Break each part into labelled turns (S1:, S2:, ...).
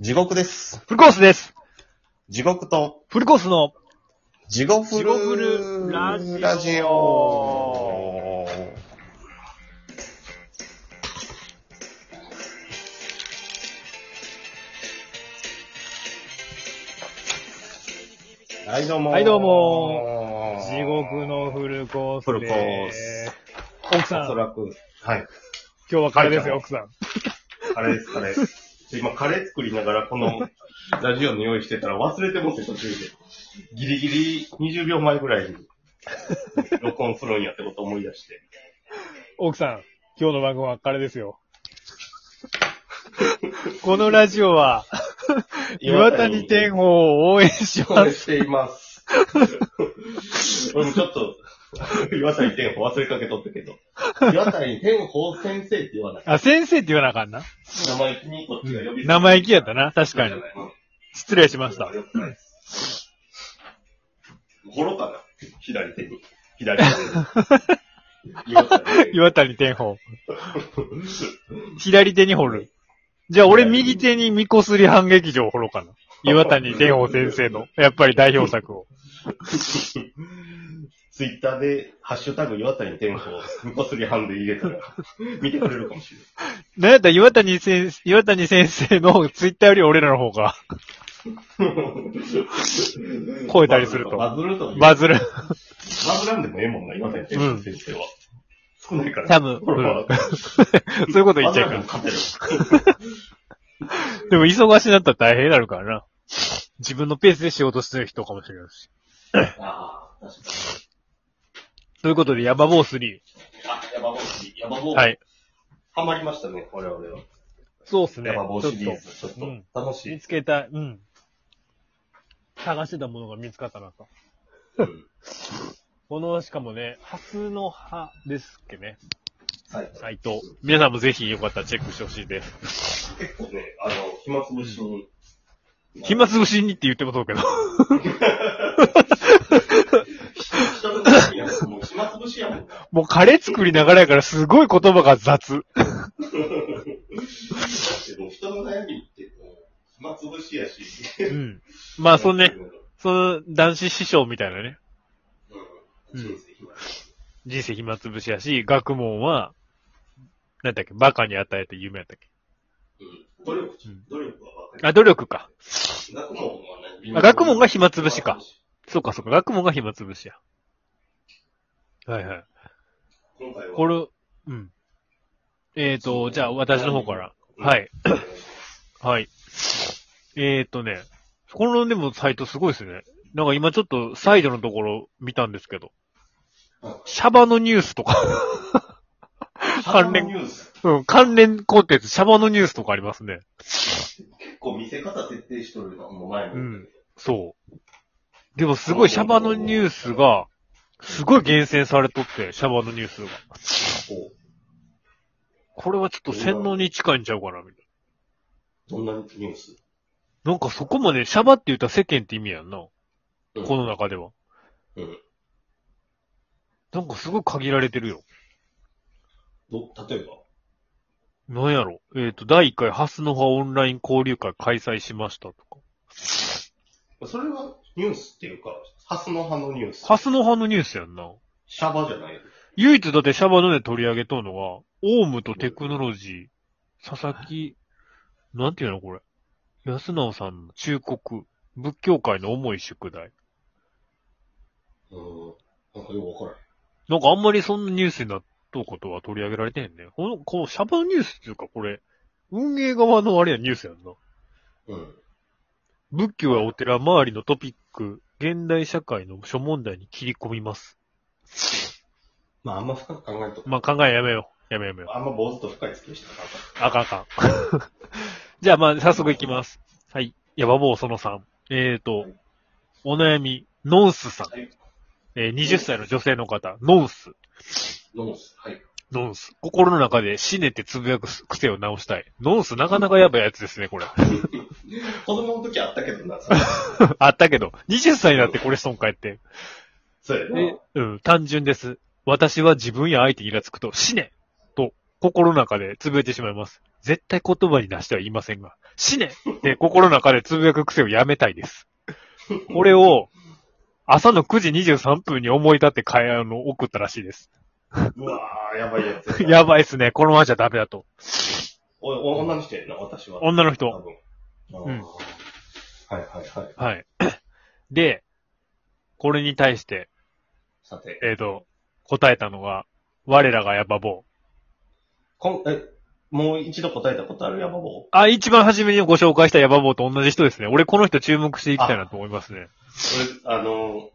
S1: 地獄です。
S2: フルコースです。
S1: 地獄と、
S2: フルコースの、
S1: 地獄フ
S2: 地獄フル
S1: ル
S2: ラジオ
S1: ラジオ。はい、どうも。
S2: はいどうも地獄。のフルコースです。
S1: フルコース
S2: 奥
S1: お
S2: さん、
S1: そ
S2: 今
S1: らく、はい。
S2: 日はカレーですよ、
S1: はい
S2: 奥さん。
S1: カレーです、カレー。ちょ今、カレー作りながら、この、ラジオの用意してたら忘れてもって途中で。ギリギリ20秒前ぐらいに、録音するんやってこと思い出して。
S2: 奥さん、今日の番組はカレーですよ。 このラジオは、岩谷天
S1: を。
S2: 皇を応援し
S1: 応
S2: ま
S1: 援
S2: す。
S1: しています。俺もちょっと、岩谷天保忘れかけとったけど。岩谷天保先生って言わない。
S2: あ、先生って言わなあかんな。
S1: 生意気にこっちが呼び
S2: 生意気やったな、確かに。
S1: し
S2: 失礼しました。
S1: ゴロかな左手に。左手に。岩谷
S2: 岩谷天皇。左手に掘る。じゃあ俺右手にミコスリ反劇場を掘ろうかな。岩谷天皇先生の、やっぱり代表作を。
S1: ツイッターで、ハッシュタグ岩谷天保、ムコスリハンで入れたら、見てくれるかもしれない。
S2: なんやったら岩谷先生、岩谷先生のツイッターより俺らの方が超えたりすると
S1: バズるという。
S2: バズる。
S1: バズらんでもええもんな、岩谷天保先生は。少ないから。
S2: 多分
S1: ほら、
S2: うんそういうこと言
S1: バ
S2: っ
S1: ズ
S2: ちゃ
S1: ら
S2: うんか
S1: でも勝てる。
S2: ら。でも忙しになったら大変になるからな。自分のペースで仕事してる人かもしれないし。
S1: ああ、確か
S2: ということで、ヤバボー3。
S1: に。あ、ヤバ帽子、ヤバ帽子。
S2: はい。
S1: ハマりましたね、我々は。
S2: そうっすね。
S1: ヤバ帽子シリ
S2: ちょっ
S1: ー
S2: と
S1: ズ。ちょっ
S2: う
S1: と
S2: ん、
S1: 楽しい
S2: 見。つけたい。うん。探してたものが見つかったなと。
S1: うん
S2: この、しかもね、ハスの葉ですっけね。
S1: はい。
S2: サイト。皆さんもぜひよかったらチェックしてほしいです。
S1: 結構ね、あの、暇つぶしに。
S2: 暇つぶしにって言ってもそうけど。
S1: した時にやつもう暇つぶしやもんな。
S2: もうカレー作りながらやからすごい言葉が雑。
S1: けど、人の悩みって、こう、暇つぶしやし。
S2: うん。ま あ、そのね、。その男子師匠みたいなね、
S1: うん。人生暇。
S2: 人生暇つぶしやし、学問は、なんだっけ、バカに与えて夢やったっけ。
S1: うん。努力、努力は分か
S2: あ、努力か。
S1: る。学問は
S2: あ
S1: 何
S2: 学問が暇つぶしか。そうかそうか、学問が暇つぶしや。はいはい。
S1: 今回は。
S2: これ、うん。えーと、じゃあ私の方から。
S1: うん
S2: はい。 はい。えーとね、このでもサイトすごいですね。なんか今ちょっとサイドのところ見たんですけど
S1: うん、
S2: シャバのニュースとか、 関連
S1: ニュース。
S2: うん、関連コンテンツ、シャバのニュースとかありますね。
S1: 結構見せ方徹底しとるのも前も。
S2: うん。そう。でもすごいシャバのニュースが、すごい厳選されとって、シャバのニュースが。
S1: こう
S2: これはちょっと洗脳に近いんちゃうかな、みたい
S1: どんなニュース
S2: な。なんかそこまで、シャバって言ったら世間って意味やんな。
S1: うん
S2: この中では。
S1: うん。
S2: なんかすごい限られてるよ。
S1: ど、例えば
S2: なんやろ。えっ、と、第1回、ハスの葉オンライン交流会開催しましたとか。
S1: それはニュースっていうか、ハスの葉のニュース。
S2: ハスの葉のニュースやんな。
S1: シャバじゃない。
S2: 唯一だってシャバので取り上げとんのが、オウムとテクノロジー、佐々木、なんていうのこれ。安直さんの忠告、仏教界の重い宿題。
S1: うん。なんかよくわから
S2: なんかあんまりそんなニュースになっとうことは取り上げられてへんね。この、このシャバのニュースっていうかこれ、運営側のあれやニュースやんな。
S1: へん。うん。
S2: 仏教やお寺周りのトピック、現代社会の諸問題に切り込みます。
S1: まああんま深く考えると、
S2: まあ、考えやめよう。やめようやめよう。
S1: あんま坊主と深い付き合いしてなかっ
S2: あかんあかん。 じゃあまあ、早速いきます。はい。やばぼうその3。えーと、お悩み、ノンスさん。
S1: はい
S2: えー20歳の女性の方、ノン
S1: た。
S2: ス。
S1: ノース。はい。
S2: ノンス。心の中で死ねってつぶやく癖を直したい。ノンスなかなかやばいやつですね、こ れ。
S1: 子供の時あったけどな、
S2: あったけど、20歳になってこれ損かいって。
S1: そうやな。
S2: え、うん、単純です。私は自分や相手にイラつくと死ねと心の中でつぶえてしまいます。絶対言葉に出しては言いませんが、死ねって心の中でつぶやく癖をやめたいです。これを、朝の9時23分に思い立って会話の送ったらしいです。
S1: うわー、やばいやつ。
S2: やばいっすね。このままじゃダメだと。
S1: おお女の人やな、私は。
S2: 女の
S1: 多
S2: 人。
S1: 分。
S2: う
S1: うんはいはいはい。
S2: はい。で、これに対して、
S1: さて、
S2: えっ、と、答えたのが、我らがヤバボー。
S1: こんえもう一度答えたことあるヤバボ
S2: あ、一番初めにご紹介したヤバボーと同じ人ですね。俺この人注目していきたいなと思いますね。
S1: 俺、あの、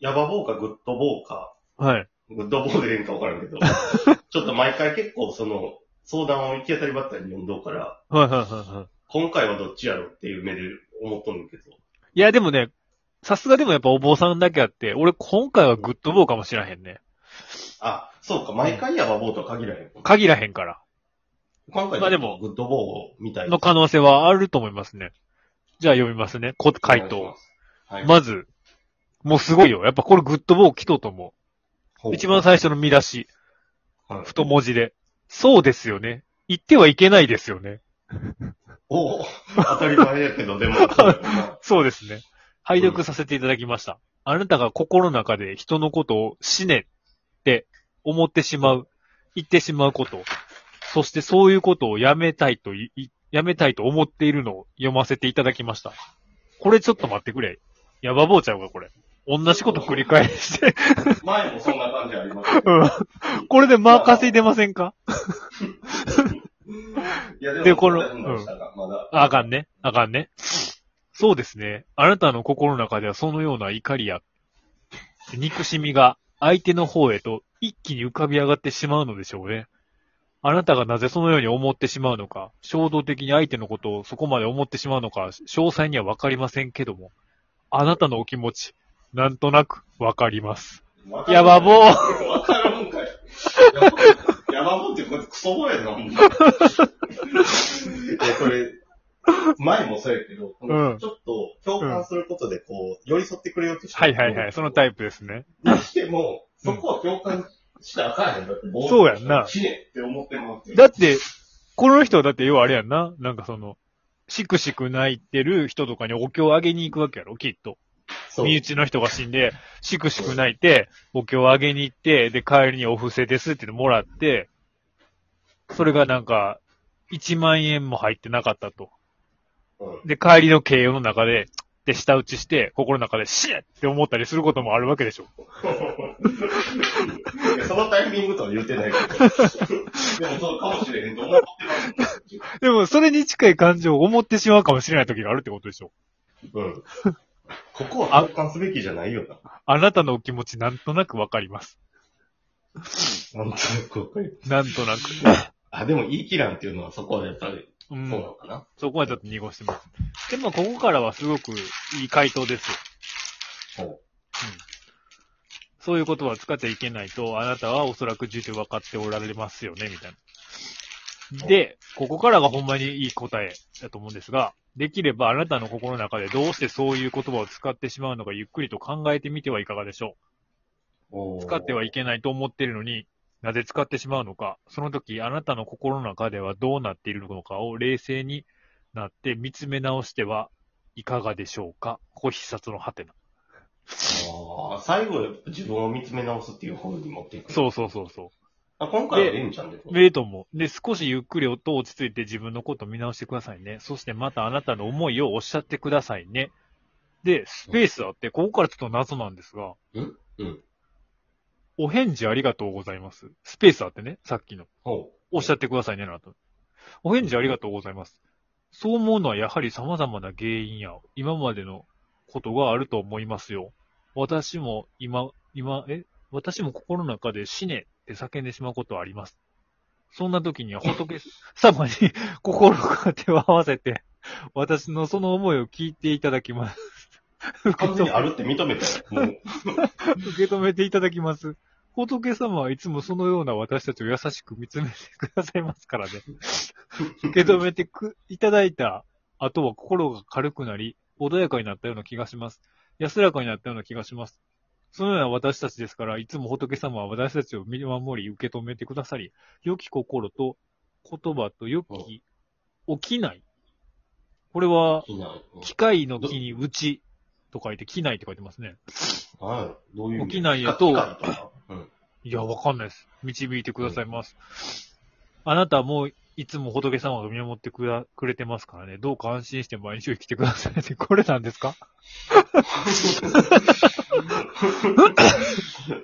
S1: ヤバボーかグッドボーか、
S2: はい。
S1: グッドボーでいいんかわからんけ ど、ちょっと毎回結構その、相談を行き当たりばったりに読んどうから、
S2: はいはいはいはい。
S1: 今回はどっちやろっていう目で思っとるけど、
S2: いや、でもね、さすがでもやっぱお坊さんだけあって、俺今回はグッドボーかもしらへんね。
S1: あ、そうか、毎回ヤバボーとは限らへん。
S2: 限らへんから。
S1: 今回
S2: まあでも
S1: グッドボーみたい
S2: の可能性はあると思いますね。じゃあ読みますね。こ回
S1: お願
S2: 答
S1: いし。ます。はい。
S2: まず、もうすごいよ。やっぱこれグッドボー来とうと思
S1: ほ
S2: う。
S1: う
S2: 一番最初の見出し。
S1: はい
S2: 太文字で。そうですよね。言ってはいけないですよね。
S1: おお、当たり前やけど、 でも、そうやな
S2: そうですね。拝読させていただきました。あなたが心の中で人のことを死ねって思ってしまう、言ってしまうこと、そしてそういうことをやめたいとい、いやめたいと思っているのを読ませていただきました。これちょっと待ってくれ。ヤバ坊ちゃうか、これ。同じこと繰り返して。
S1: 前もそんな感じありますけど。
S2: うんこれで間稼いでませんか
S1: いや、でも、
S2: でこの
S1: そんな話したがまだ、
S2: ああかんね。あかんね。そうですね。あなたの心の中ではそのような怒りや、憎しみが相手の方へと一気に浮かび上がってしまうのでしょうね。あなたがなぜそのように思ってしまうのか、衝動的に相手のことをそこまで思ってしまうのか、詳細にはわかりませんけども、あなたのお気持ち、なんとなくわかります。
S1: わかる
S2: やばぼう
S1: わからんかい。やばぼうってこれクソぼうやな、ほんま。いや、これ、前もそうやけど、こ
S2: うん
S1: のちょっと共感することで、こう、寄り添ってくれようとして
S2: はいはいはい、そのタイプですね。
S1: プ。にしても、そこは共感しなあかんやん。だって、ぼ
S2: そうやんな
S1: 死ねって思ってもらって。
S2: だって、この人はだって要はあれやんな。なんかその、しくしく泣いてる人とかにお経をあげに行くわけやろ、きっと。
S1: そう
S2: 身内の人が死んで、しくしく泣いて、お経をあげに行って、で、帰りにお布施ですって言ってもらって、それがなんか、1万円も入ってなかったと。
S1: うん
S2: で、帰りの形容の中で、で、舌打ちして、心の中で、シェッって思ったりすることもあるわけでしょ。
S1: いやそのタイミングとは言って ないけど。でもそうかもしれへんと思ってます。
S2: でも、それに近い感情を思ってしまうかもしれない時があるってことでしょ。
S1: うん。ここは共感すべきじゃないよな。
S2: あなたのお気持ちなんとなくわかります。
S1: なんとなくわかる
S2: なんとなく。
S1: あ、でも、いいキランっていうのはそこはやっぱり、
S2: う
S1: そうなの
S2: ん。
S1: かな。
S2: そこはちょっと濁してます。でも、ここからはすごくいい回答です
S1: そ
S2: よ。
S1: う。
S2: そういう言葉を使っちゃいけないと、あなたはおそらく重々分かっておられますよね、みたいな。で、ここからがほんまにいい答えだと思うんですが、できればあなたの心の中でどうしてそういう言葉を使ってしまうのかゆっくりと考えてみてはいかがでしょう
S1: おー
S2: 使ってはいけないと思っているのに、なぜ使ってしまうのか、その時あなたの心の中ではどうなっているのかを冷静になって見つめ直してはいかがでしょうか。ここ必殺のハテナ。
S1: あー最後、自分を見つめ直すっていう方に持っていく。う。
S2: そうそうそうそ
S1: あ今回はレンちゃんでこ
S2: う。ええと思う。で、少しゆっくり音を落ち着いて自分のことを見直してくださいね。そしてまたあなたの思いをおっしゃってくださいね。で、スペースあって、ここからちょっと謎なんですが、
S1: うんうん。
S2: お返事ありがとうございます。スペースあってね、さっきの。
S1: ほ
S2: おっしゃってくださいね、なと。お返事ありがとうございます。そう思うのはやはり様々な原因や、今までのことがあると思いますよ。私も今、今、え、私も心の中で死ねって叫んでしまうことはあります。そんな時には仏 様に心から手を合わせて、私のその思いを聞いていただきます。
S1: う。完全にあるって認めたよ。もう。
S2: 受け止めていただきます。仏様はいつもそのような私たちを優しく見つめてくださいますからね。受け止めてくいただいた後は心が軽くなり、穏やかになったような気がします。安らかになったような気がします。そのような私たちですから、いつも仏様は私たちを見守り、受け止めてくださり、良き心と言葉と良き起きない。これは、
S1: 機内。うん
S2: 機械の木にうちと書いて、機内って書いてますね。
S1: なんやろどういう意味
S2: 機内やと
S1: 機械かなうん。
S2: いや、わかんないです。導いてくださいます。あなたはもう、いつも仏様が見守ってくだくれてますからね、どうか安心して毎日を生きてくださいって、 これなんですかこ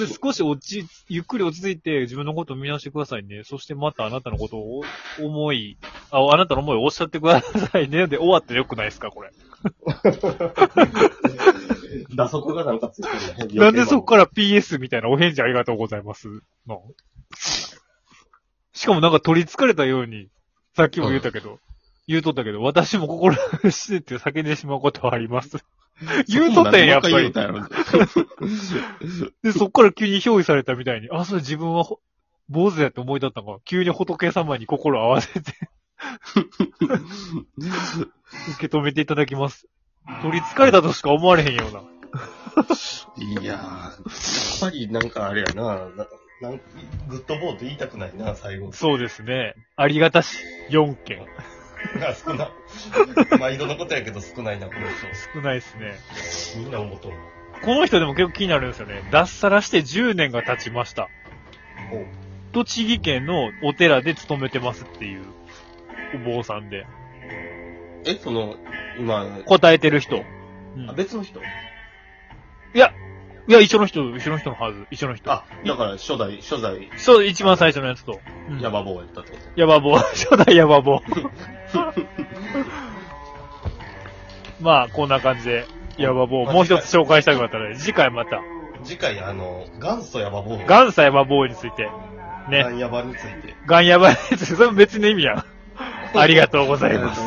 S2: れ少し落ち、ゆっくり落ち着いて自分のことを見直してくださいね。そしてまたあなたのことをお思い、あ、あなたの思いをおっしゃってくださいね。で、終わってよくないですか、これ。
S1: 打足 がなんかついてるね
S2: なんでそこから PS みたいなお返事ありがとうございますの。しかもなんか取り憑かれたように、さっきも言ったけど、言うとったけど、私も心をしてて叫んでしまうことはあります。言うとったんや、やっぱ
S3: そんなんで
S2: り。
S3: もう一回
S2: で、そっから急に憑依されたみたいに、あ、それ自分はほ坊主やって思いだったのか、急に仏様に心を合わせ て受け止めていただきます。取り憑かれたとしか思われへんような。
S1: いやー、やっぱりなんかあれやな、ななんかグッドボーって言いたくないな、最後。
S2: そうですね。ありがたし、4件。
S1: な、少な。毎度のことやけど少ないな、この
S2: 少ないですね。
S1: 人。みんな思うと思う。
S2: この人でも結構気になるんですよね。脱サラして10年が経ちました。栃木県のお寺で勤めてますっていうお坊さんで。
S1: え、その、今、
S2: 答えてる人。うん
S1: あ別の人
S2: いや、一緒の人、一緒の人のはず。一緒の人。
S1: あ、だから初代、初代、
S2: そう、一番最初のやつと。うん
S1: ヤバ坊やったってこと。
S2: ヤバ坊。 初代ヤバ坊。 まあ、こんな感じで、ヤバ坊。もう一つ紹介したかったので、次回また、
S1: 次回、あの、元祖ヤバ坊。
S2: 元祖ヤバ坊について、ね、
S1: ヤバについて。
S2: ガンヤバいやつ、それも別の意味やん。ありがとうございます。